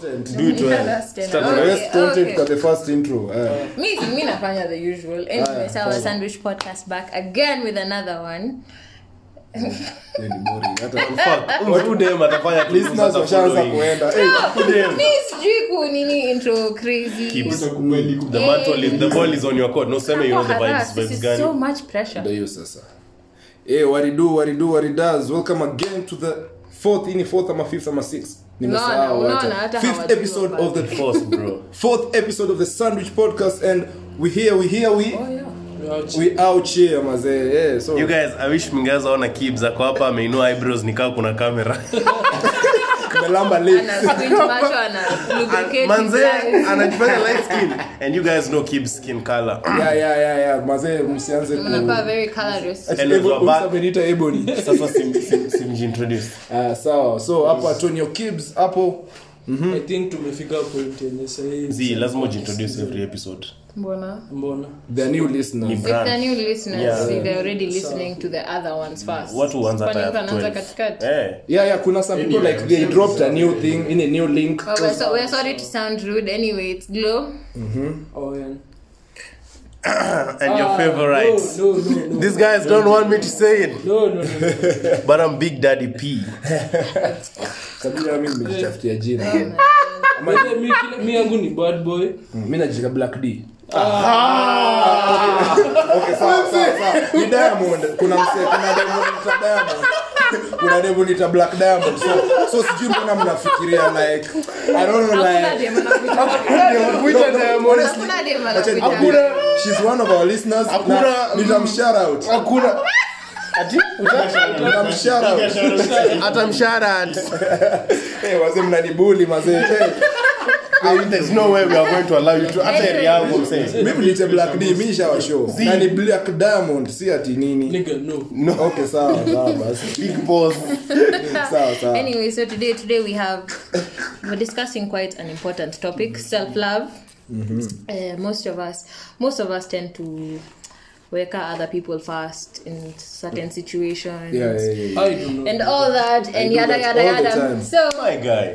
do it well. Start- let's do it okay. kwa the first intro eh. me me nafanya the usual anyway Haya, so our fanya. sandwich podcast back again with another one Hiyo ni boring. Hata- listeners washaanza atafanya kuenda Eh, damn. mi sijui ku nini intro crazy the mantle is the ball is on your court no sema you know the vibes This vibes is gani so much pressure ndio hiyo sasa Eh, what it do, what it do, what it does. welcome again to the fourth hii ni fourth ama fifth ama sixth Nimesahau, unaona, acha. hata fifth hawajui episode of wabali. the force bro fourth episode of the sandwich podcast and we here we here we Oh, yeah. we out here mazee yeah, so you guys i wish mngeanza ona kibs ako hapa ameinua eyebrows nikaa kuna kamera tumelamba Ana lips squint macho, ana lubricate manze his eyes. anajifanya light skin and you guys know kibs skin color yeah yeah yeah yeah mazee msianze ku Mnakuwa very colorous Ebo- Hello, Zaba. Musa ameniita Ebony. sasa sim, sim, simjintroduce Ah, sawa so hapo antonio kibs hapo I think tumefika point yenye z sahii lazima ujiintroduce every episode mbona mbona the new Ni listeners If Brand. they're new listeners, Yeah. see, they're already listening to the other ones first. watu huanza Kwani hata mtu anaanza 12. katikati? Eh. yeah yeah kuna some people like they dropped a new thing in a new link Well, we're, so, we're sorry to sound rude. Anyway, it's Glow. Owen. and your Ah, favorites. no, no, no, no. These guys don't want me to say it, No, no, no, no. but I'm Big Daddy P. kabila mimi nimejitafutia jina Wewe, mi kila- mi yangu ni bad boy Mm, mimi najiita black d Ah. Okay, sawa, sawa, sawa. Ni Diamond. kuna mse- kuna Diamond anaitwa Diamond. kuna demo nita black diamond so so sijui mbona mnafikiria like i don't know Hakuna like demu anakuja. No, no, honestly, Hakuna demu acha ni- anakuja. she's one of our listeners na nitamshout out nitamshout out Eh, wazee mnanibuli mazee Eh, There's no way we are going to allow you to. Hata area yangu, I'm saying. mimi niite black d mimi nishawashow na ni black diamond si ati nini nigga no okay sawa sawa basi Big boss. sawa sawa Anyway, so today today we have we're discussing quite an important topic, Mm-hmm. self love. Uh, most of us most of us tend to work out other people first in certain situations yeah, yeah, yeah, yeah. I don't know and all that and do yada that yada all the yada. time. So My guy.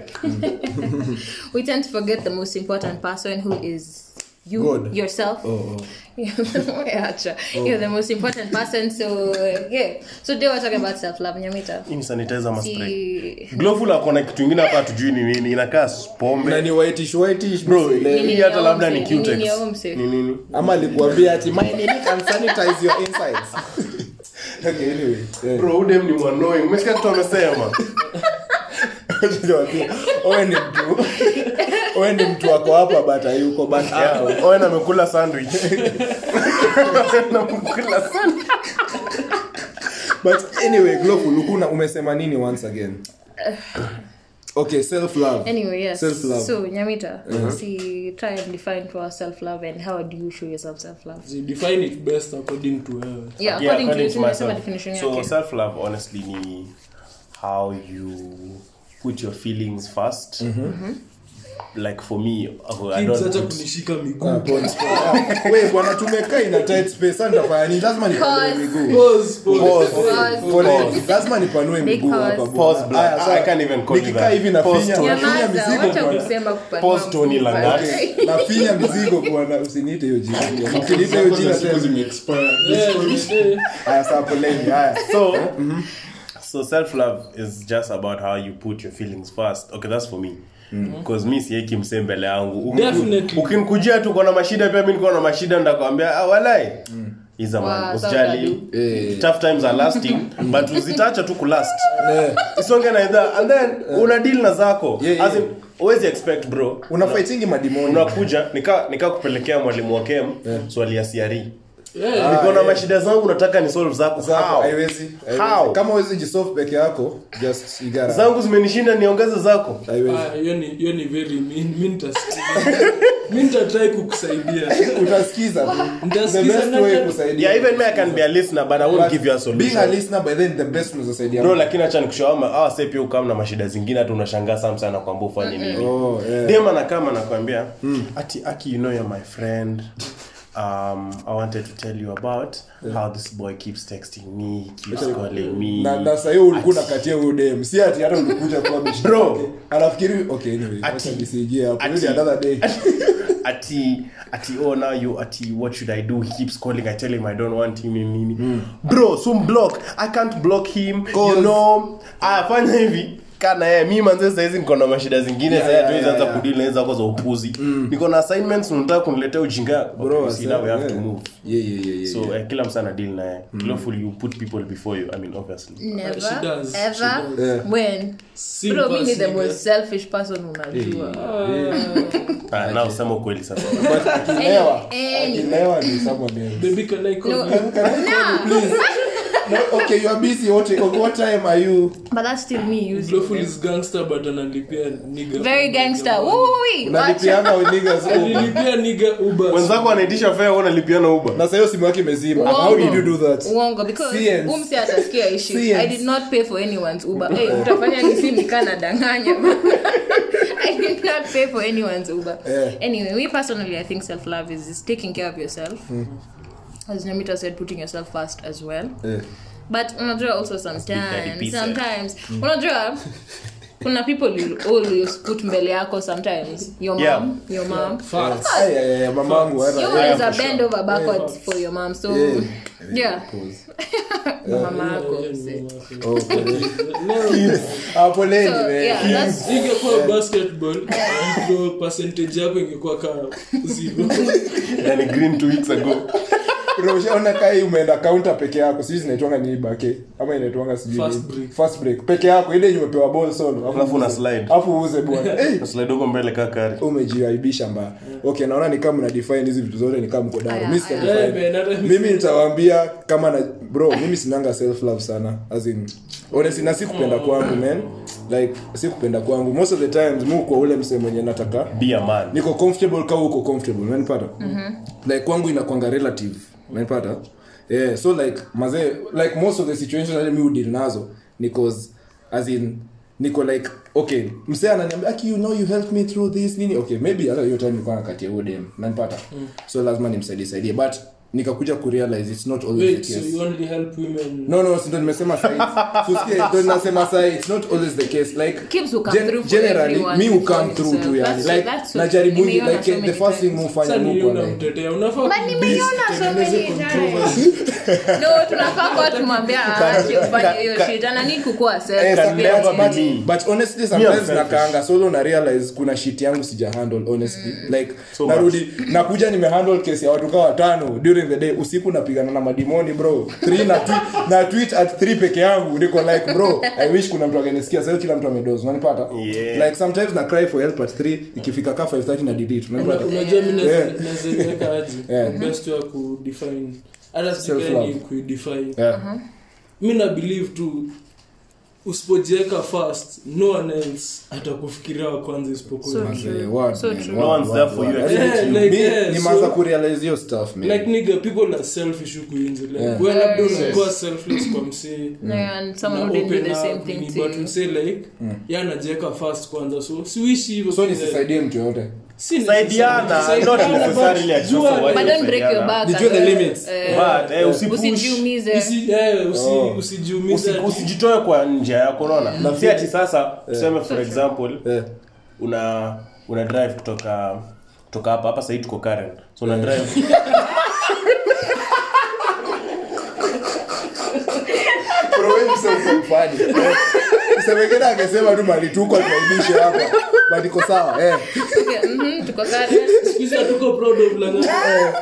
we tend to forget the most important person who is you God. yourself Oh, oh. yeah, sure. you're the most important person so uh, yeah so today we're talking about self-love nyamita Hii ni sanitizer must spray. See- Glowful akona kitu ingine hapa hatujui ni nini. Inakaa na pombe. ni whitish whitish Bro, msile- hii hata labda ni Nini Q-Tex. ni ya umse? Ni nini? ama alikuambia ati my nini can sanitize your insides okay anyway yeah. Bro, huyu dem ni mwanoi. Umesikia kitu amesema? Owe ni mtu owe ni mtu wako hapa but hayuko but Ah, hapa. Yeah, Owen amekula sandwich. Owen amekula sandwich. but anyway glowful ukuna umesema nini once again okay self love anyway yes Self-love. so nyamita Uh-huh. see try and define for self-love and how do you show yourself self-love See, define it best according to wewe yeah, Yeah, according, according to, to you, myself. unasema definition so yake self love honestly ni how you put your feelings first Mm-hmm. like for me oh, i Kids hata don't put, kunishika Ah, miguu porn star. Ah, we bwana tumekaa ina tight space sasa nitafanya nini lazima nipanue Pause. miguu Pause, pause. Pause. Pole, lazima nipanue miguu Big hapa pause. bwana. Pause, black. Haya, sasa, I can't even call you nikikaa that. hivi nafinya Pause, Tony. nafinya Nyamaza, mizigo wacha bwana kusema kupanua Pause, mguu Tony bwana. Langat. nafinya mizigo bwana usiniite hiyo jina usiniite hiyo jina tena Yeah, yeah. haya sasa poleni haya so mm-hmm. so self love is just about how you put your feelings first okay that's for me Mm-hmm. because mi sieki msee mbele yangu Uki- Definitely. ukinikujia tu kona mashida pia mi niko na mashida ndakwambia ah, walai Mm. He's a man. Wow, Usijali. Eh. tough times are lasting Mm. but uzitacha tu kulast Eh, isonge na idhaa and then una deal na zako Yeah, yeah. As in, huwezi expect bro una fightingi madimoni unakuja nika nika kupelekea mwalimu wa kem Eh. swali ya siari Yeah. niko na yeah. mashida zangu nataka ni solve zako Zako, How? haiwezi haiwezi. How? kama uwezi jisolve peke yako just you gotta- zangu zimenishinda niongeze zako haiwezi Ah, hiyo ni hiyo ni very mean mi nitasikiza mi nitatry kukusaidia utasikiza tu. the Nitasikiza best na- way kusaidia yeah even me i can be a listener but i won't But give you being a a solution listener by then the best unazosaidia bro lakini acha nikushaama hawa se pia ukam na mashida zingine hata unashangaa sam sana kwamba ufanye nini Oh, yeah. Mm. dem anakama nakwambia ati aki you know you're my friend um, I wanted to tell you about how this boy keeps texting me, keeps calling me. na na sahii ulikuwa nakatia huyo dem si ati hata ulikuja kwa bishi Bro. yake. anafikiri okay anyway Ati- acha nisijie hapo ati- Maybe another day ati ati oh now you ati what should i do he keeps calling i tell him i don't want him in nini bro soon block i can't block him Hmm. Cause- you know afanya hivi kana yeye mi manze saizi niko na mashida zingine Yeah, yeah, yeah, yeah, tuwezi anza yeah, Hmm. kudili na hizo zako za upuzi niko na assignments unataka kuniletea ujinga bro okay, see now we have to yeah. move yeah yeah yeah, Hmm. yeah so eh, kila msa anadili naye Kiloful, you put people before you i mean obviously Never, She does. She ever, does. eh. Yeah. when. Simple Bro, mi ni the nigga. most selfish person unajua. Ah, na usema ukweli sasa but akilewa Anyway. akilewa ni someone else Baby, can I call No. you? Can I call you, please? No, okay, you are busy. What, what time are you? But that's still me using Blowful is gangster but analipia nigga. Very gangster. Woo, woo, woo. Wacha. Unalipiana with niggas over. Alilipia nigga Uber. wenzako anaitisha fea wanalipiana uba Na sayo simu yake imezima. How did you do that? uongo because Science. umsi atasikia ishi Science. i did not pay for anyone's uber hey, utafanya nisimi kana danganya i did not pay for anyone's uber Yeah. anyway me personally i think self love is, is taking care of yourself Hmm. as Namita said putting yourself first as well Eh, but unajua also Speak like sometimes pizza. sometimes unajua kuna people you always put mbele yako sometimes your mom Yeah. your mom Facts. Eh. ay, ay, ay, mamangu, hata- you yeah, always for are sure. bend over backwards for your mom so Yeah. yeah Pause. mama yako see. Nigga Oh, Okay. Hapo leni, So, Ah, man. yeah, that's- ingekuwa basketball ndio percentage yako ingekuwa ka zero yani Yaani, green two weeks ago Bro, ushaona kai umeenda counter peke yako sijui zinaitwanga nini bake ama inaitwanga sijui Fast nini. break. Fast break peke yako ile yenye umepewa ball solo Alafu una uuze. slide. Alafu uuze bwana Eh, slaidogo mbele kakari umejiaibisha mbaya okay naona ni kama mna define hizi vitu zote ni kama mko down Aya, mimi sija aya. define. Eh, man, hata mimi mimi nitawaambia kama na bro mimi sinanga self love sana as in honestly na si kupenda kwangu man like si kupenda kwangu most of the times mimi kwa ule msemo mwenye nataka be a man niko comfortable kama uko comfortable unanipata Mhm. like kwangu inakwanga relative unanipata yeah so like mazee like most of the situations that mi udeal nazo ni cause as in niko like okay msee ananiambia aki you know you helped me through this nini okay maybe hata hiyo time nilikuwa nakatia huyo dem nanipata Mm. so lazima nimsaidie saidie but nikakuja kurealize it's not always wait the so case you only help women no no si ndo nimesema sai susikie ndo ninasema sai it's not always the case like Kids will come through for generally everyone mi will before come through tu yourself. yani That's- like that's what- najaribu hivi, nimeiona like so the many first thing times. mufanya Sasa ni muko yule like unamtetea, unafaa But nimeiona so many times. No, tunafaa kwa "Ah, tumwambia aache kufanya hiyo shit. Anani kukua self. Eh, Can sometimes, never but- be me. but honestly sometimes selfish. nakaanga solo na realize kuna shit yangu sija handle honestly like So narudi nakuja nimehandle case ya watu kaa watano during the day usiku napigana na madimoni bro 3 na tw- na tweet at 3 peke yangu niko like bro i wish kuna mtu angenisikia sasa kila mtu amedoze unanipata Yeah. like sometimes na cry for help at 3 ikifika ka 5:30 na delete unanipata unajua mi Yeah. nazeweka aje Yeah. best ya kudefine hata Self-love. sikani kuidefine yeah mi na believe tu usipojiweka first no one else atakufikiria wa kwanza isipokuwa So wewe. Mazee, what, So man, true. what, No one's what, there for what. you Yaani, except mi- you. Like, mi- yeah, nimeanza so- kurealize hiyo stuff man. like nigga people are selfish huku inje like Yeah. wewe labda Yeah. unakuwa selfless kwa msee No, and someone na who didn't do open the up, same thing nini, to but you. msee like yeye anajiweka first kwanza so siuishi hivyo Mm. so tu, like, nisisaidie mtu yoyote si Saidiana, necessary. not Saidiana, necessarily but at just jua- a while. But don't break your back. Nijue the as well. limits. Eh, but eh, usipush Usijiumize. usi- eh, usi- Oh. usijiumize usi- ati- usijitoe kwa njia yako unaona si ati sasa tuseme for example Eh. una una drive kutoka kutoka hapa hapa sahii tuko karen so una drive Eh, semekena akesema tu malituko tuaibishe hapa but iko sawa eh. Okay, mhm, tuko kare. Siku hizi hatuko proud of Lang'ata.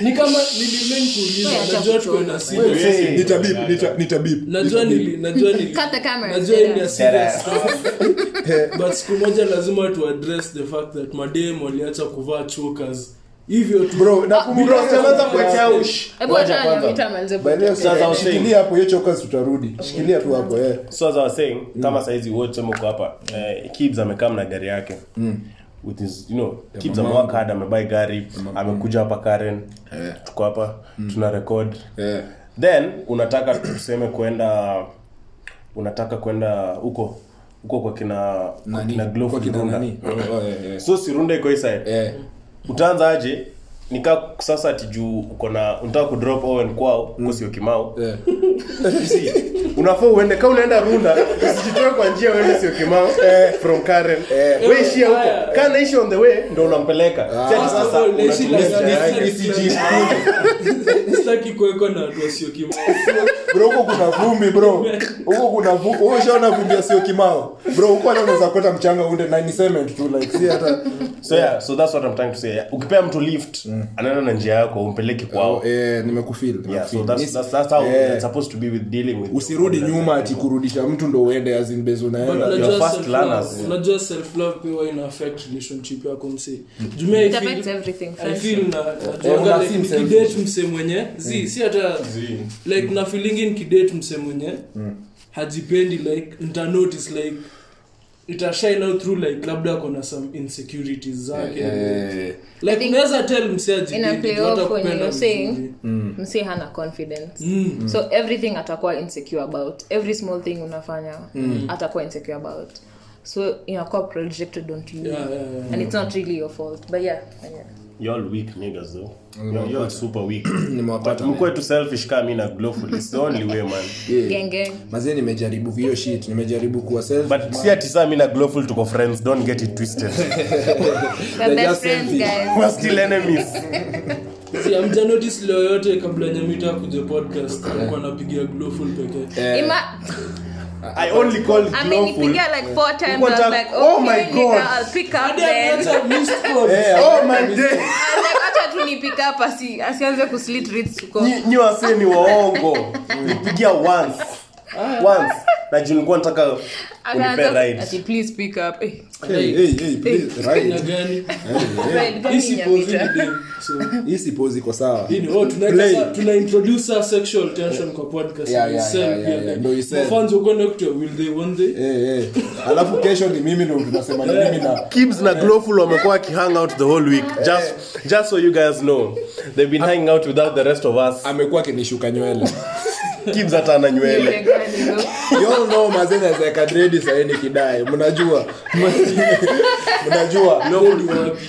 ni kama nilimen Wewe kuuliza acha najua tuko kuchora. na serious. Hey. Nitabip, nita- nitabip. najua nili najua nili Cut the camera. najua Yeah. ni a serious stuff. but siku moja lazima tu address the fact that madem waliacha kuvaa chokers hivyo tu Bro, nakumbuka- Bro, sianza kuwekea ush. Hebu Wacha acha kwanza. Namita amalize By the way, podcast. Sasa usemi. shikilia hapo hiyo chokas tutarudi shikilia tu hapo eh. so as I was saying Mm. kama saizi wote mko hapa eh, kibs amekam na gari yake Mm. with his you know kibs mamangu. amework hard amebuy gari amekuja hapa karen Yeah. Mm. tuko hapa tuna record Eh. then unataka tuseme kwenda unataka kwenda huko huko kwa kina kwa Nani? kina Glow Kwa kina Kirunda. nani? Oh, eh, eh. so sirunda iko hii side Eh. utaanza aje nika sasa ati juu uko na unataka kudrop owen kwao huko sio kimau Yeah. You see, unafaa uende ka unaenda runda usijitoe kwa njia uende sio kimau Eh. from karen we ishia huko kaa naishi on the way ndo unampeleka Ah. Si ati First of sasa all, naishi unatumia like njia that. yake. sitaki kuwekwa na watu wasio kimao bro huko kuna vumbi bro huko kuna vumbi wewe ushaona vumbi ya sio kimao bro huko hata unaweza kuota mchanga unde na ni cement tu like si hata so yeah so that's what i'm trying to say ukipea mtu lift Mm. anaenda na njia yako umpeleke kwao eh nimekufeel yeah so nimekufeel. that's that's, that's how Yeah. it's supposed to be with dealing with usirudi problems. nyuma ati kurudisha mtu ndo uende azinbezo naenda Your first learners, yeah. unajua self love pia huwa ina affect relationship yako msee Mm. jumia I It feel- affects everything, I friends. feel na najuanga Eh, una Mm. like si msee nikidate msee mwenye zi si hata like Mm. na feelingi nikidate msee mwenye hajipendi like nita notice like itashine out through like labda kona some insecurities zake eh I like think unaweza tell msee ina hajipendi play tu hata off when kupenda you're saying vizuri. msee hana confidence Mm. so everything atakuwa insecure about every small thing unafanya atakuwa insecure about so inakuwa projected onto you Yeah, yeah, yeah. and it's not really your fault but yeah, yeah. y'all weak niggas though Y'all- y'all super weak but Mm, nimewapata mkuwe tu selfish kama mimi na glowful it's the only way man Yeah. Gang, gang. mazee nimejaribu hiyo shit nimejaribu kuwa self but si ati saa mimi na glowful tuko friends don't get it twisted We're best just selfish. friends, guys. we're still enemies See, hamja notice leo yote kabla nyamita akuje podcast Eh. alikuwa anapigia glowful Eh. pekee Ima- i only call glowful amenipigia like four times I Uko was ta- like oh okay, my nigga, God. I'll pick up hadi then ameacha missed calls. Eh. oh my day I was like, acha tu ni pick up asi- asianze kuslit reads huko. Nyi- nyi wasee ni waongo Mm. nipigia once Ah. once na juu nilikuwa nataka unipe Akaanza- ride ati, please pick up Eh, hey hey hey please Ina right gani friend, kama Hii si ni pose nyamita. ni dem. So, hii si pose iko sawa Eh, hii ni- oh, tunaweka Play. sa- tuna introduce our sexual tension kwa podcast Yeah, Ni yeah, sell yeah, pia yeah, yeah. dem. Ndio isell. Mafans wakwenda kutoa, will they, won't they? eh eh alafu kesho ni mimi ndo tunasema ni mimi na Kibs na Glowful wamekuwa wakihang out the whole week just, just so you guys know they've been hanging out without the rest of us amekuwa akinishuka nywele Kibs hata ana nywele Ile gani, bro? Y'all know mazee naweza weka dredi sahii nikidai mnajua mnajua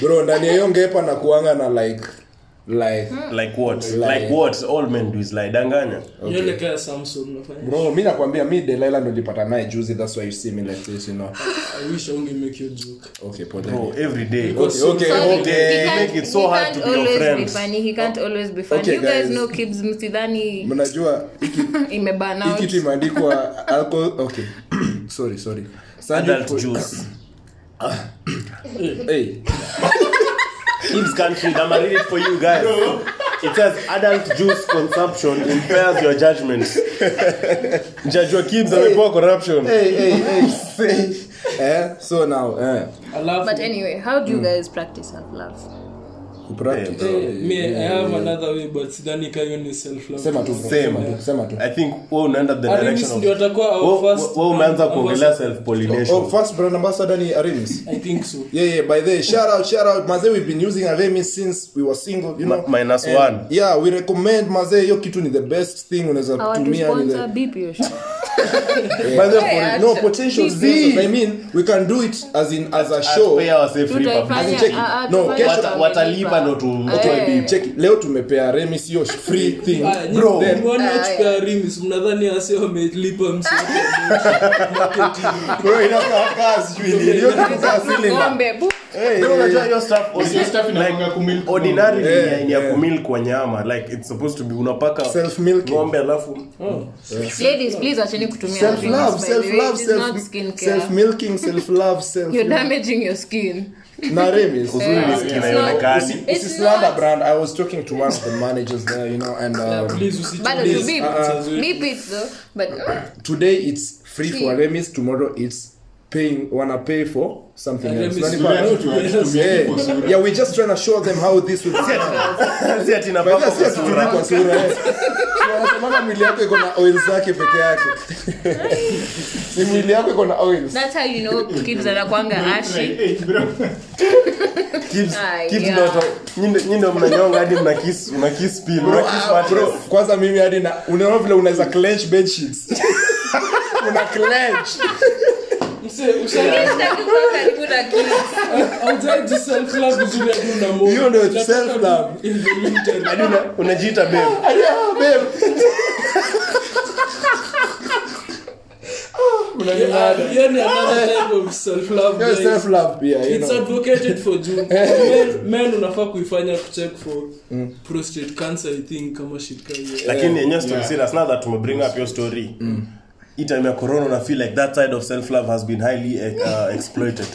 bro ndani ya hiyo ngepa na kuanga na like like like what like what all men do is lie danganya Nywele kaya Samson, unafanya. bro mi nakwambia mi delila ndo nilipata naye juzi thats why you see me like this you know I wish I only make you joke. okay pole bro every day okay okay So he- okay he can't- make it so he hard can't to be your always friends. funny, he can't always be funny. Oh, Okay, You guys guys. know Kibz, msidhani mnajua hiki- imeburn out. hiki tumeandikwa alcohol okay sorry sorry Sanju- adult juice hey Kibs country I'm reading it for you guys it says adult juice consumption impairs your judgment judge wa Kibs amepewa corruption hey hey hey say eh so now eh Alafu, But anyway, how do you guys practice self-love? kupractice eh, me, I have another way, but sidhani kama hiyo ni self-love. sema tu sema tu sema tu I think wewe unaenda the Arimis direction ndio of atakuwa our wewe- first- wewe umeanza kuongelea self Oh, pollination first brand ambassador ni Arimis. I think so. Yeah, yeah, by the way, shout out, shout out. Maze, we've been using Arimis since we were single, you Ma- know. minus And, one. Yeah, we recommend Maze, hiyo kitu ni the best thing unaweza tumia. ni Hawatusponsor, the- beep your shit. By the way, Yeah, no yeah. potential Please. sponsors. I mean, we can do it as in as a show. Pay our safe free publicity. Tutaifanya- cheki. ah, ah, No, tutaifanya kesho- Wata- watalipa ndo tu- Eh. tuwe Hey. Check, it. leo tumepea Arimis hiyo free thing. Ah, nyi- Bro, then, mwana Ah, chuka yeah. Ah. Arimis, mnadhani asi wamelipa msee bro, inakaa kaa sijui ni. Hiyo kitu kaa cylinder. Ng'ombe, bu- Bro, unajua hiyo stuff ordi- like, ordinarily Yeah, ni ya- ni ya yeah. kumilk kwa nyama like it's supposed to be unapaka Self milking. ng'ombe alafu Ladies, please acheni kutumia Self love, creams, by the self way. love, It is not self skincare. self milking, self love, self You're damaging your skin. na Arimis. uzuri ni skin It's haionekani not- It's This is Landa not- brand. I was talking to one of the managers there, you know, and um, Please, usitu- Bado tu beep. Ah, uh, Beep it though, but today it's free for Remis, tomorrow it's paying wanna pay for something else. Remis. Nani pa- Yeah. yeah, we're just trying to show them how this will ah, si ati By the way, napaka si kwa sura atutumii kwa sura, eh. Wanasemanga mwili yako iko na oil zake peke yake ni mwili yako iko na oils that's how you know kids anakuanga ashi. Kibs- Ah, Kibs yeah. ndo ata- nyi ndo- nyi ndo mnanyonga hadi mna kiss mna kiss pin mna kiss Ah, bro, mattress kwanza mimi hadi na unaona vile unaweza clench bed sheets una clench Hiyo ndio self love. Hadi una- unajiita babe. Unaning'ada. Hiyo self love pia, you know. men unafaa kuifanya kucheck for prostate cancer i think kama shit kama hiyo. lakini yenyewe story serious now that we bring up your story hii time ya corona una feel like that side of self love has been highly uh, exploited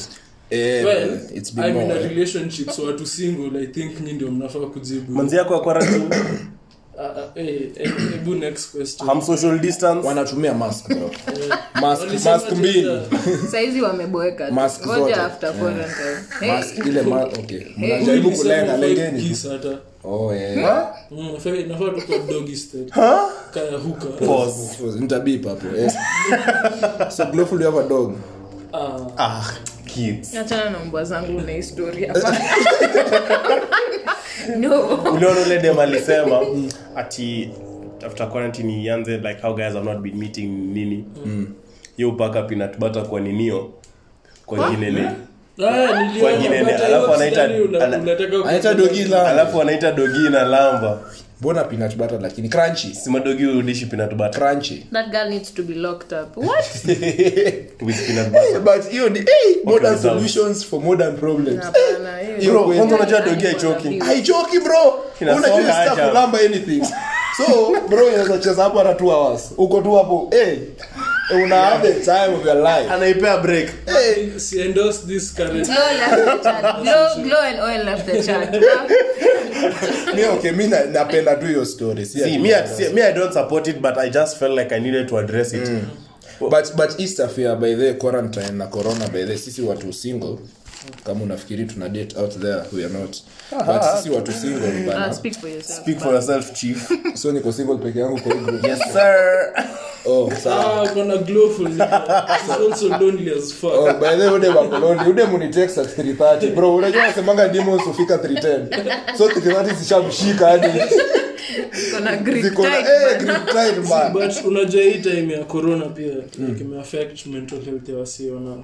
Eh, Well, man, it's been I'm in more, a eh. relationship so watu single i think nyi ndio mnafaa kujibu manzi yako ya quarantine Ah, ah, eh, eh, hebu next question ham social distance wanatumia mask bro. Mask- Walisema mask mbili tena, saizi wameboeka tu. Mask Ngoja zote. after quarantine. Hey, Mask ile ma- okay. huyu Mnajaribu ni kulenga, 75 lengeni. kiss hata. Oh, eh. Mm, nafaa- nafaa tu kwa doggy style. Kaya hookah. pause Nitabip hapo. eh. So, Glowful, you have a dog. Ah, ah kids achana na mbwa zangu na historia no uliona ule dem alisema mm, ati after quarantine ianze like how guys have not been meeting nini yo paka peanut butter kwa ninio kwa ginene ah, niliona, wengine but ni- hiyo alafu anaita- mstari una- ana- unataka ku- Anaita dogi la- alafu wanaita dogi na lamba mbona peanut butter lakini crunchy simadogi udishi peanut butter crunchy that girl needs to be locked up what with peanut butter Eh, but hiyo ni hey, modern without. solutions for modern problems Hapana, hiyo- Bro, kwanza hiyo unajua ni dogi animal haichoki. abuse. haichoki bro Kinasonga unajua hiyo stuff aja. ulamba anything so bro inaweza cheza hapo hata 2 hours uko tu hapo hey, una have the time of your life anaipea break hey, Si endorse this current- Glow left the chat. Glow- glow and oil left the chat. mi okay mi na- napenda tu hiyo story si see ati- me, I- see, me i don't support it but i just felt like i needed to address it but but east afia by the quarantine na corona by the sisi watu single kama unafikiri tuna date out there we are not but sisi watu single Ah, bana speak for yourself. speak for yourself chief so niko single peke yangu kwa hii group yes sir oh sawa Ah, kuna glowful nigga. She's also lonely as fuck. Oh, by the way, ude bakoloni ude munitext at 330 bro unajua nasemanga demons hufika 310 so 330 zishamshika hadi Iko na grip ziko na tight, eh man. grip tight man but unajua hii time ya corona pia Mm. like, imeaffect mental health ya wasiona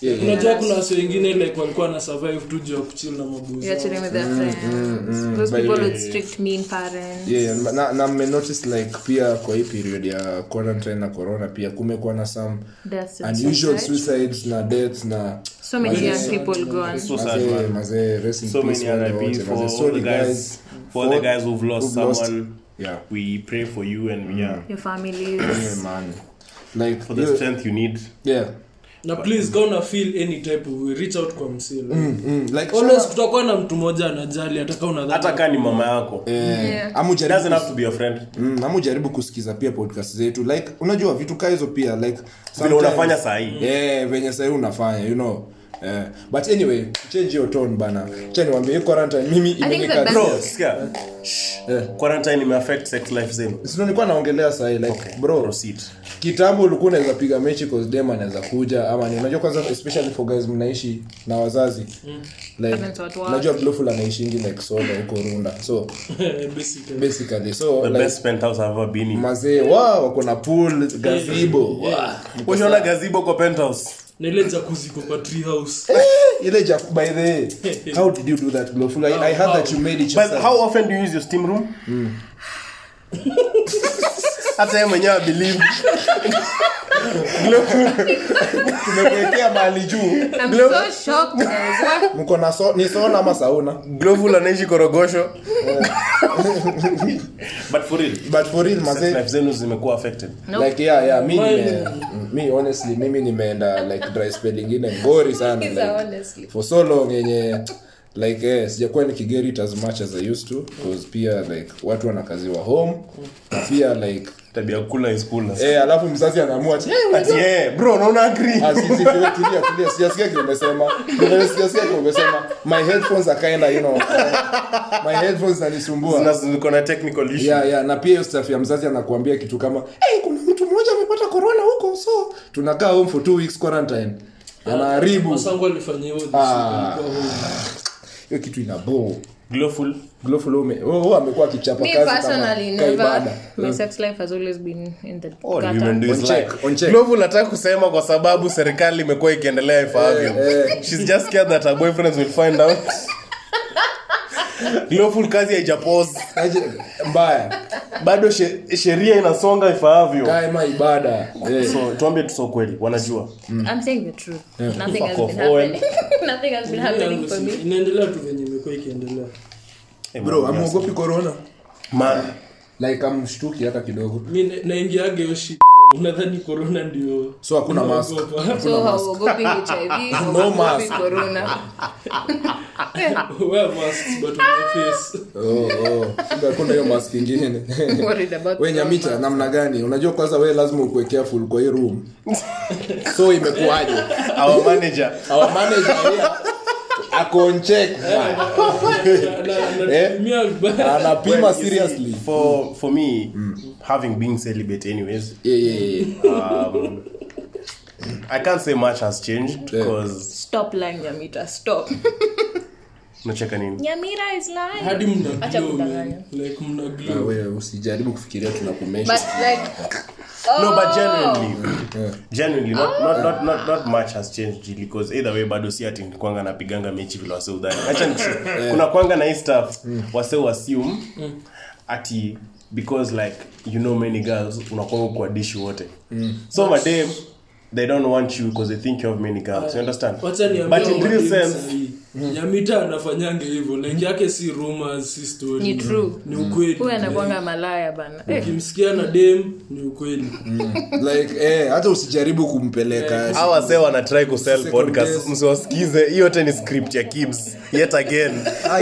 Yeah, yeah. unajua kuna wasi wengine like walikuwa na survive tu juu ya kuchill na mabuzi You're chilling with their Mm, friends. Those By the people way. with strict mean parents. yeah na, na mmenotice like pia kwa hii period ya quarantine na corona pia kumekuwa na some Deaths and unusual suicide. suicides na deaths na So many Mazee. young people gone. So sad, mazee man. mazee rest in so peace many wale RIP wote for mazee all sorry the guys guys for all the guys who've lost who've lost- someone. yeah We pray for you and we are Your yeah families. man like for the yeah, strength you need. yeah na please kauna feel any type of way reach out kwa msila mm, like always kutakuwa na mtu mmoja anajali hata kama unadhani- Hata kama ni mama yako. It eh, Yeah. ama ujaribu doesn't have to be your friend. mm, ama ujaribu kusikiza pia podcast zetu like unajua vitu kaa hizo pia like Vile sometimes- unafanya saa hii. eh, venye sahii unafanya you know eh, but anyway change your tone bana cha niwambie hii quarantine mimi the imenikata- best- Bro, Yes. sikia. Eh. Quarantine imeaffect sex life zenu. Sio nilikuwa naongelea sahii like bro Proceed. kitambo ulikuwa unaweza piga mechi cause dem anaweza kuja ama ni unajua kwanza especially for guys mnaishi na wazazi like Parents watu wao. unajua bloful anaishingi like soda huko runda so Basically. basically so The like, best penthouse I've ever been in. mazee wa wako na pool gazebo wa Ushaona gazebo kwa penthouse? na ile jacuzzi iko kwa tree Eh. house ile ja by the way, how did you do that bloful I, i heard that you made it But yourself how often do you use your steam room? Mm. Hata yeye mwenyewe I believe. tumekuwekea mahali juu I'm so shocked, guys. What? mko na so, ni sona ama sauna Glowful anaishi korogosho. But for real, but for real sex mazee life zenu zimekuwa affected. Nope. like yeah yeah mi Mine- nime mi honestly mimi nimeenda like dry spell ingine ngori sana These are like, honestly. for so long yenye like eh, sijakuwa nikigeri it as much as i used to cause pia like watu wanakaziwa home na pia like Tabia kula is kula. eh alafu mzazi anaamua ati, eh, Ati, eh, bro naona agree sijasikia kimesema sijasikia kimesema my headphones are kinda you know eh, my headphones nanisumbua Zina- ziko na technical issue yeah, yeah. na pia hiyo staff ya mzazi anakuambia kitu kama hey, kuna mtu mmoja amepata corona huko so tunakaa home for two weeks quarantine anaharibu masango alifanya hiyo Ah. alikuwa home. hiyo kitu inaboo glowful Glowful ume- oh, oh, amekuwa akichapa me kazi kama Mm. personally never kaibada my sex life has always been in the Oh, All gutter. women do is On check, like- on check. Glovu nataka kusema kwa sababu serikali imekuwa ikiendelea ifaavyo Eh, She's just scared that her boyfriends will find out Glovu kazi haijapause Aje- mbaya bado she- sheria inasonga ifaavyo kaema ibada Eh, so tuambie tu so kweli wanajua I'm saying the truth. Nothing has Fuck been off, Owen. happening. Nothing has been happening for me. inaendelea tu venye imekuwa ikiendelea Eh, bro man, yes. amuogopi corona Man, like amshtuki hata kidogo mi na- naingiaga hiyo shit unadhani corona ndio So hakuna mask. Unaogopa. So hauogopi HIV, hauogopi mask. corona. Wear masks, but on your face. Oh, oh. Kumbe hakuna hiyo mask ingine Worried about we nyamita namna gani unajua kwanza we lazima ukuwe careful kwa hii room so imekuwaje our manager our manager here ako on check man. Na- na- na- Eh? natumia vibaya. anapima Well, you see, seriously Mm. for for me having been celibate anyways yeah, yeah, yeah. um, I can't say much has changed Yeah. because Stop lying, Nyamita. Stop. nacheka nini Nyamira is lying. hadi mna Acha glow, kudanganya. man. Like, mna glow. Ah, wewe usijaribu kufikiria But tunakumesha like, no but Oh. genuinely genuinely not, not, not, not, not much has changed really, because either way bado si ati nikwanga napiganga mechi vile wase udhani acha nikushe- kuna kwanga na hii stuff wase assume ati because like you know many girls unakwanga kwa dishi wote so madam they don't want you because they think you have many girls you understand Wacha niambie but in wa real dem sense sahi. Hmm. nyamita anafanyange hivyo like yake si rumors, si story. Ni true. Mm. ni ukweli huyu anakuanga malaya bana. Eh, kimsikia na dem ni ukweli like eh hata usijaribu kumpeleka hawa wase wana try kusell Second podcast guess. msiwasikize hiyo yote ni script ya kibs yet again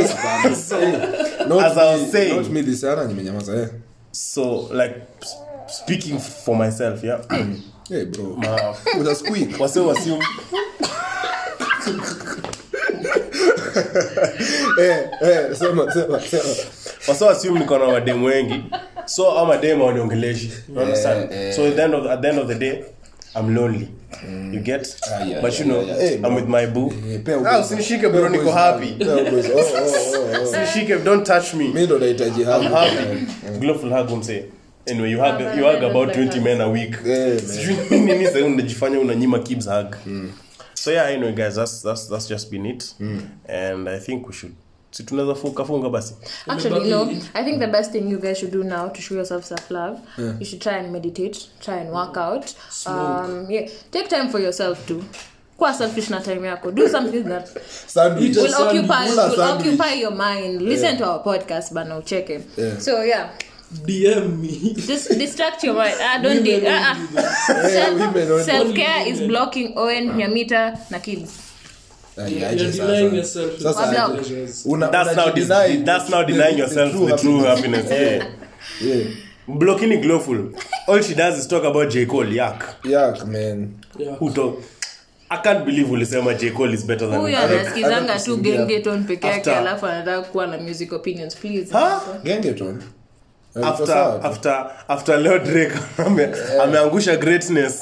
Ice bands. Eh, not As I was me- saying. not me this hour, nimenyamaza eh. so like s- speaking for myself yeah Uh, Eh, bro Uta squeak. wase wasium Eh, eh, sema, sema, sema. wase wasium niko na mademu wengi so au mademu awaniongeleshi You understand? so at the, end of, at the end of the day i'm lonely you get Mm. Ah, yeah, but you know yeah, yeah. Eh, i'm with my boo Eh, pea Ah, ugozi. usinishike Pea bro niko ugozi. happy Pea ugozi. Oh, oh, oh, oh. usinishike don't touch me mi ndo nahitaji i'm hapo happy glowful hug umse anyway you hug, you hug about 20 men a week Eh, man. Mm. sijui nini mi sahii unajifanya unanyima kibs hug so yeah anyway guys that's, that's, that's just been it and i think we should si tunaweza funga funga basi Actually, no. I think the best thing you guys should do now to show yourself self love, you should try and meditate, try and work out. Um, yeah, take time for yourself too. Kwa selfish na time yako. Do something that Sandwich. will sandwich. occupy Kula will sandwich. occupy your mind. Listen to our podcast, but now check it. Yeah. So yeah, dm me just distract your mind. Ah, don't de- ah, Eh, women self, only. self care is blocking Ah. Owen, Nyamita, na kids. Ai, You're Yaani aje denying sasa. yourself Sasa Kabla- aje. pleasures. Una- that's now, dis- unajideny that's now denying yourself the true happiness yeah. Yeah. blokini glowful all she does is talk about j cole yak Yuck, man. Yeah. uto i can't believe ulisema j cole is better than Huyu me. anasikizanga tu kusikia. gengeton peke yake After- alafu anataka kuwa na music opinions. Please. Huh? Gengeton. Eh, uko after sawa? after after leo drake ame- ameangusha greatness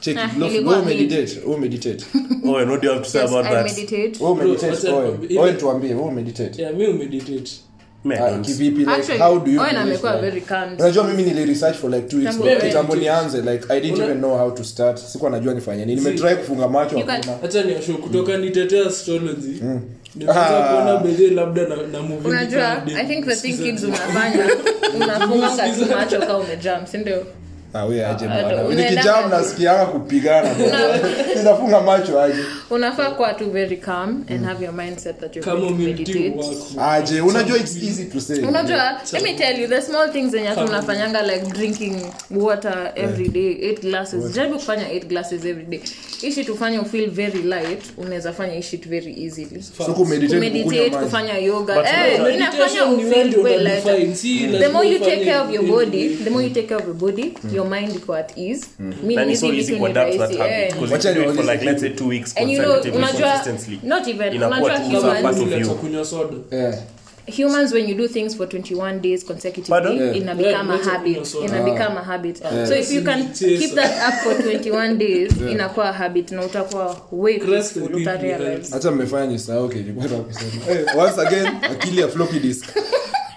Check Ah, it, Lof. ilikuwa Wewe mimi. meditate, wewe meditate. oh and what do you have to say Yes, about I that meditate. Wewe meditate, wacha oe. nikwambie. Oe, tuambie, wewe meditate. Yeah, mi umeditate Me, I Ah, don't. kivipi, like, Actually, how do you Owen do it, amekuwa like? very calm. unajua mimi niliresearch for like two weeks Tambo. kitambo nianze like i didn't Una- even know how to start sikuwa najua nifanye nini nimetry kufunga macho You can- hakuna hata niasho kutoka nitetea astrology nimeanza Hmm. Ah. kuona bedhe labda na, na movie unajua nikadem. i think the thing Sikiza. kids unafanya unafunganga tu macho kaa umejam sindio ah wewe aje bwana unaenda- nikijam nasikianga kupigana nitafunga macho aje unafaa kuwa tu very calm and have your mindset that you're Mm. kama going to umemtii meditate work aje unajua it's easy to say unajua let me tell you the small things zenye hata unafanyanga like drinking water every day eight glasses jaribu kufanya eight glasses every day ishi tufanye ufeel very light unaweza fanya ishi very easily so kumeditate kumeditate kukunywa maji kufanya yoga eh, inafanya Meditation ni ufeel wewe way ndio lighter unadefine, si the lazima more you ufanye take care of your in- body the more you take care of your body Mm. your mind iko at ease Then Meaning it's Mm. so hizi easy vitu to ni adapt to that rahisi, habit eh. because Wacha you do it for niulize like let's say two weeks and you know consecutively unajua consistently not even Inakuwa unajua tu humans part of Kama you. kunywa soda eh humans when you do things for 21 days consecutively Pardon? yeah. Yeah. ina become Yeah, a that's what habit we are ina become a habit so if you can Yes. keep that up for 21 days inakuwa a habit na utakuwa way Crest peaceful and uta people, realize hata mmefanya nisahau kenye nilikuwa nataka kusema. Eh, once again akili ya floppy disk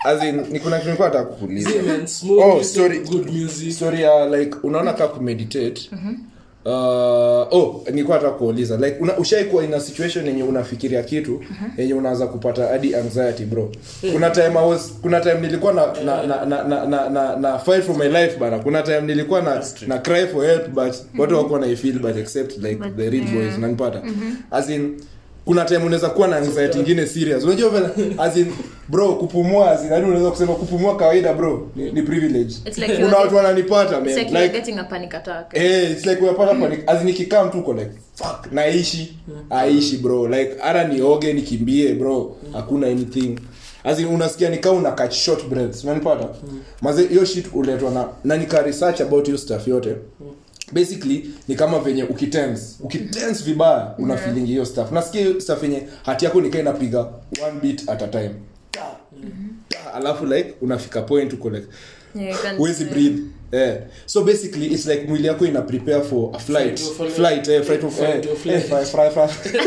as in ni kuna kitu nilikuwa nataka kukuuliza See, man, smoke Oh, is sorry. good music. story ya like unaona kaa kumeditate Uh, oh nilikuwa nataka kuuliza like una, ushai kuwa in a situation yenye unafikiria kitu yenye unaweza kupata hadi anxiety bro kuna time I was, kuna time nilikuwa na na na na na, na, na, na fight for my life bana kuna time nilikuwa na na cry for help but watu hawakuwa na feel but except like the real boys nanipata as in kuna time unaweza kuwa na anxiety ingine serious unajua vile as in bro kupumua as in hadi unaweza kusema kupumua kawaida bro ni, ni privilege It's like kuna you're- watu wananipata man it's like you're like getting a panic attack eh it's like unapata panic as nikikaa mtu uko like fuck naishi aishi bro like ara nioge nikimbie bro hakuna anything as in unasikia nikaa una catch short breaths unanipata maze hiyo shit uletwa na na nika research about hiyo stuff yote basically ni kama venye ukitense ukitense vibaya una feeling hiyo stuff nasikia hiyo stuff yenye hati yako nikaa inapiga one beat at a time Ta, ta, alafu like unafika point uko like Yeah, you can- huwezi breathe Yeah. so basically it's like mwili yako ina prepare for a flight Fight or flight. flight eh, flight or flight Fight or flight. Eh, fly- fly- fly.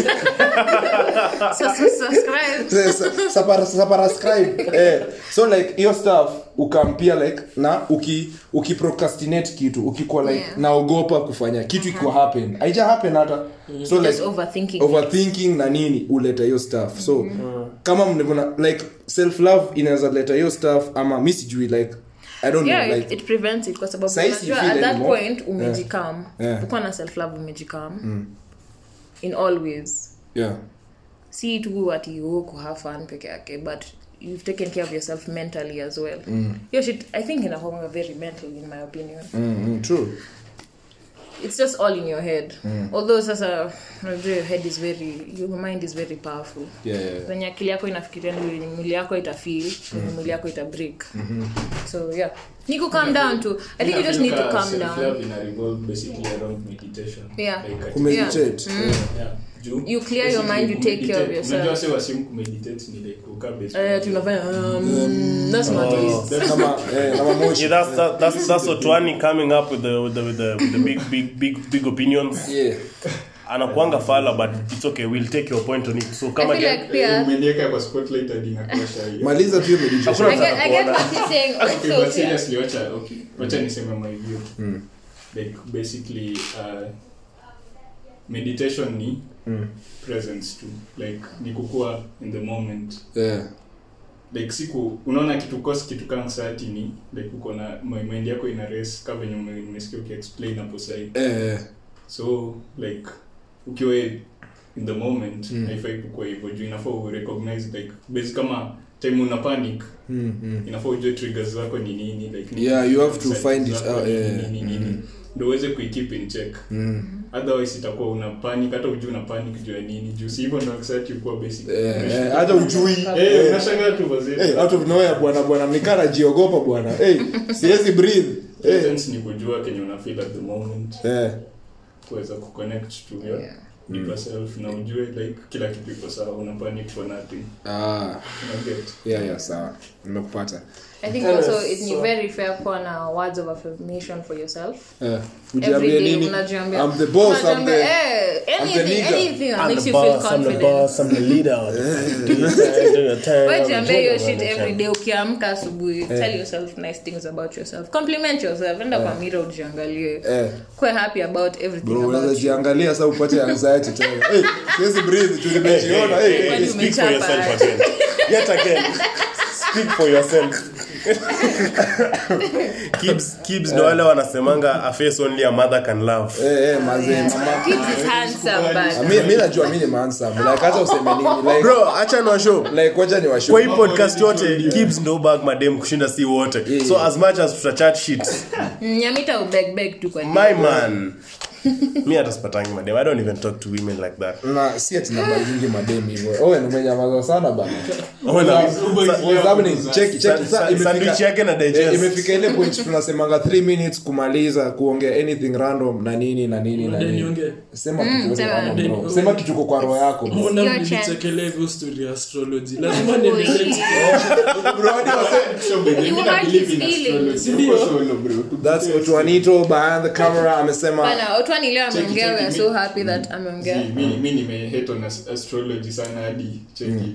So, so, subscribe. Sa- eh, sa- sapara- saparascribe. Eh, so like hiyo stuff ukampia like na uki ukiprocrastinate kitu ukikuwa like Yeah. Uh-huh. naogopa kufanya kitu iko happen haija happen hata so Mm-hmm. Just like overthinking. overthinking na nini uleta hiyo stuff so Mm-hmm. kama mnavona like self love inaweza leta hiyo stuff ama mi sijui like i don't Yeah, know it- like it prevents it kwa sababu Sahi si unajua feel at that anymore. point umejikam Yeah. Mm. ukuwa na self love umejikam in all ways yeah si tu ati oh, ku have fun peke yake but you've taken care of yourself mentally as well mm. yo shit i think inakonga very mental in my opinion mm. mm, mm, true it's just all in your head mm. although sasa unajua your head is very your mind is very powerful yeah, yeah, yeah. venye akili yako inafikiria ndio yenye mwili yako itafeel mm. mwili yako ita break mm-hmm. so yeah ni ku calm down to i think you just need to calm down Yeah. kumeditate Mm. yeah. You clear your mind, you take care of yourself. eh tunafanya um, that's not it kama eh, kama moshi Yeah, that's that, that's that's Otwani coming up with the with the with the, with the big big big big opinions. yeah Anakuanga fala, but it's okay. We'll take your point on it. So i come feel again. like Eh, pia maliza tu hiyo meditation I get, I get what he's saying also pia. wacha niseme my view like basically uh, meditation ni Mm. presence tu like ni kukuwa in the moment yeah like siku unaona kitu kosi kitu kama anxiety ni like uko na my mind yako ina race kama venye ume- umesikia ukiexplain hapo sahi eh so like ukiwa in the moment Mm. haifai kukuwa hivyo juu inafaa urecognize like basi kama time una panic mm, mm. inafaa ujue triggers zako ni nini like ni- Yeah, you have to anxieties find it zako out, ni yeah. nini, nini, Mm. nini. ndio uweze kuikeep in check Mm. otherwise itakuwa una panic hata ujue una panic juu ya nini juu si hivyo ndio anxiety ukuwa basic Eh, eh, hata ujui Eh, Eh, unashangaa tu eh, wazee out of nowhere bwana bwana nikaa najiogopa bwana eh siwezi breathe eh presence ni kujua kenye una feel at the moment eh kuweza kuconnect to your deeper self na ujue like kila kitu iko sawa una panic for nothing ah una get yeah yeah sawa nimekupata I think Yes, also it's so- very fair kuwa na words of affirmation for yourself. eh Every ujiambie day nini unajiambia. i'm the boss i'm Unajiambia, the eh, anything, nigger. anything that I'm makes the you feel boss. I'm the confident. boss. I'm the leader. Do your thing, do your thing. Wewe I'm the jiambia hiyo general shit every manager. day ukiamka asubuhi. Tell yourself nice things about yourself. Compliment yourself. Enda kwa mirror ujiangalie. eh Kuwa happy about everything bro unaweza about you. jiangalia sasa upate anxiety tena eh siwezi breathe tu nimejiona eh Kwani Speak for umechapa. yourself again. Yet again. Speak for yourself. Kibs Kibs ndo wale wanasemanga a face only a mother can love. eh eh mazee Kids is handsome but mimi mimi najua mimi ni mansa like hata useme nini like Bro, acha ni washow. like wacha ni kwa hii washoe podcast yote Gibbs ndo bag madem kushinda si wote Yeah. so as much as tuta chat shit nyamita ubeg beg tu kwa my man mi hata sipatangi madem i don't even talk to women like that na si ati namba nyingi mademu hivyo owen umenyamaza sana bana Owen, What's umekielewa happening? sasa. Check, check, Oh, Sa- sasa sa- imefika- sandwich yake na digest. eh, imefika ile point tunasemanga 3 minutes kumaliza kuongea anything random na nini na nini na Madeni nini ongee. sema kitu yote Mm, sema random, bro. madeni. sema kitu kwa roho yako bro. mbona Your chance. mlinichekelea hivyo story ya astrology lazima niendelee You hurt his feelings. That's what Juanito behind the camera amesema Bana, Otwani leo Check, ameongea, check, we are mi- so happy that Mm-hmm. ameongea. mi nimehate on as- astrology sana hadi cheki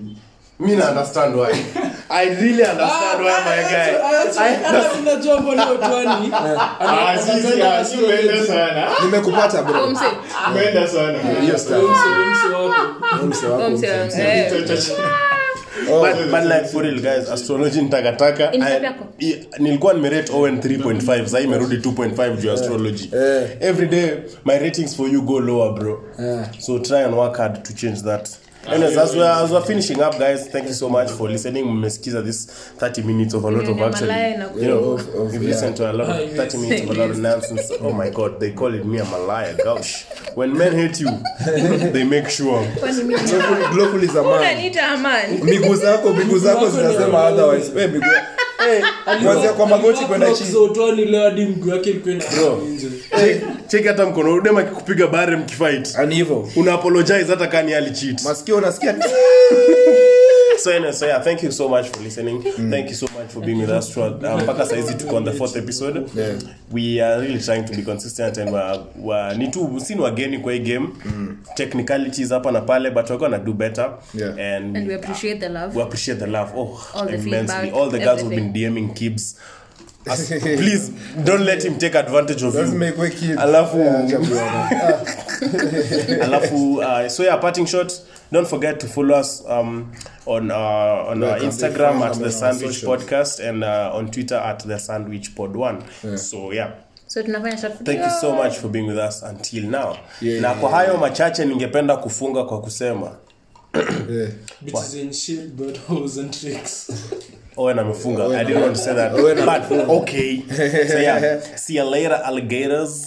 mi na understand why i really Ah, understand why my guy najua ah, mbona utwani Ah, sisi, ah, si umeenda sana nimekupata Huyo bro mse- ah, umeenda sana hiyo stuff. msememse wako Huyo mse wako, huyo mse- ah, mse- mse- eh, Oh, But- but like for real guys astrology ni takataka Ni I- takataka. i- nilikuwa nimerate owen 3.5 sahii imerudi 2.5 juu ya astrology Eh. every day my ratings for you go lower bro Eh. so try and work hard to change that Anyways, as we are- as we are finishing up guys thank you so much for listening mmesikiza this 30 minutes of a lot of Ndio actually malaya na you know Of- of- you've yeah. listened to a lot of 30 minutes of a lot of nonsense oh my god they call it me a malaya gosh when men hate you they make sure kwani mimi- Glowful- glowful is a man Unaniita Aman. miguu zako miguu zako Miguu yako ni zinasema ya otherwise wewe miguu Eh, kuanzia kwa magoti kwenda chini za utwani leo hadi mguu yake ilikuwa inainje Check- cheki hata mkono udem akikupiga bare mkifight Ani Yaani hivyo una apologize hata kani alicheat masikio unasikia so anyway, so yeah thank you so much for listening thank you so much for being with us throughout uh, mpaka saizi tuko on the fourth episode Yeah. we are really trying to be consistent and we're- we're- ni tu si ni wageni kwa hii game technicalities hapa na pale but we're gonna do better Mm. Yeah. and, And we appreciate the love. we appreciate the love oh All the immensely feedback, all the girls who've been everything. dming kibs As- please don't let him take advantage of you lazima ikue kid Alafu- Eh, acha bwana. Ah. alafu uh, so yeah parting shot don't forget to follow us um, on uh, on Yeah, uh, can they instagram find at them the on our sandwich socials? podcast and uh, on twitter at the sandwich pod one so yeah So tunafanya short- thank you so much for being with us until now Yeah. na kwa hayo machache ningependa kufunga kwa kusema Eh. bitches and shit but hoes and tricks owen amefunga i didn't want to say that Owen but okay so yeah see you later alligators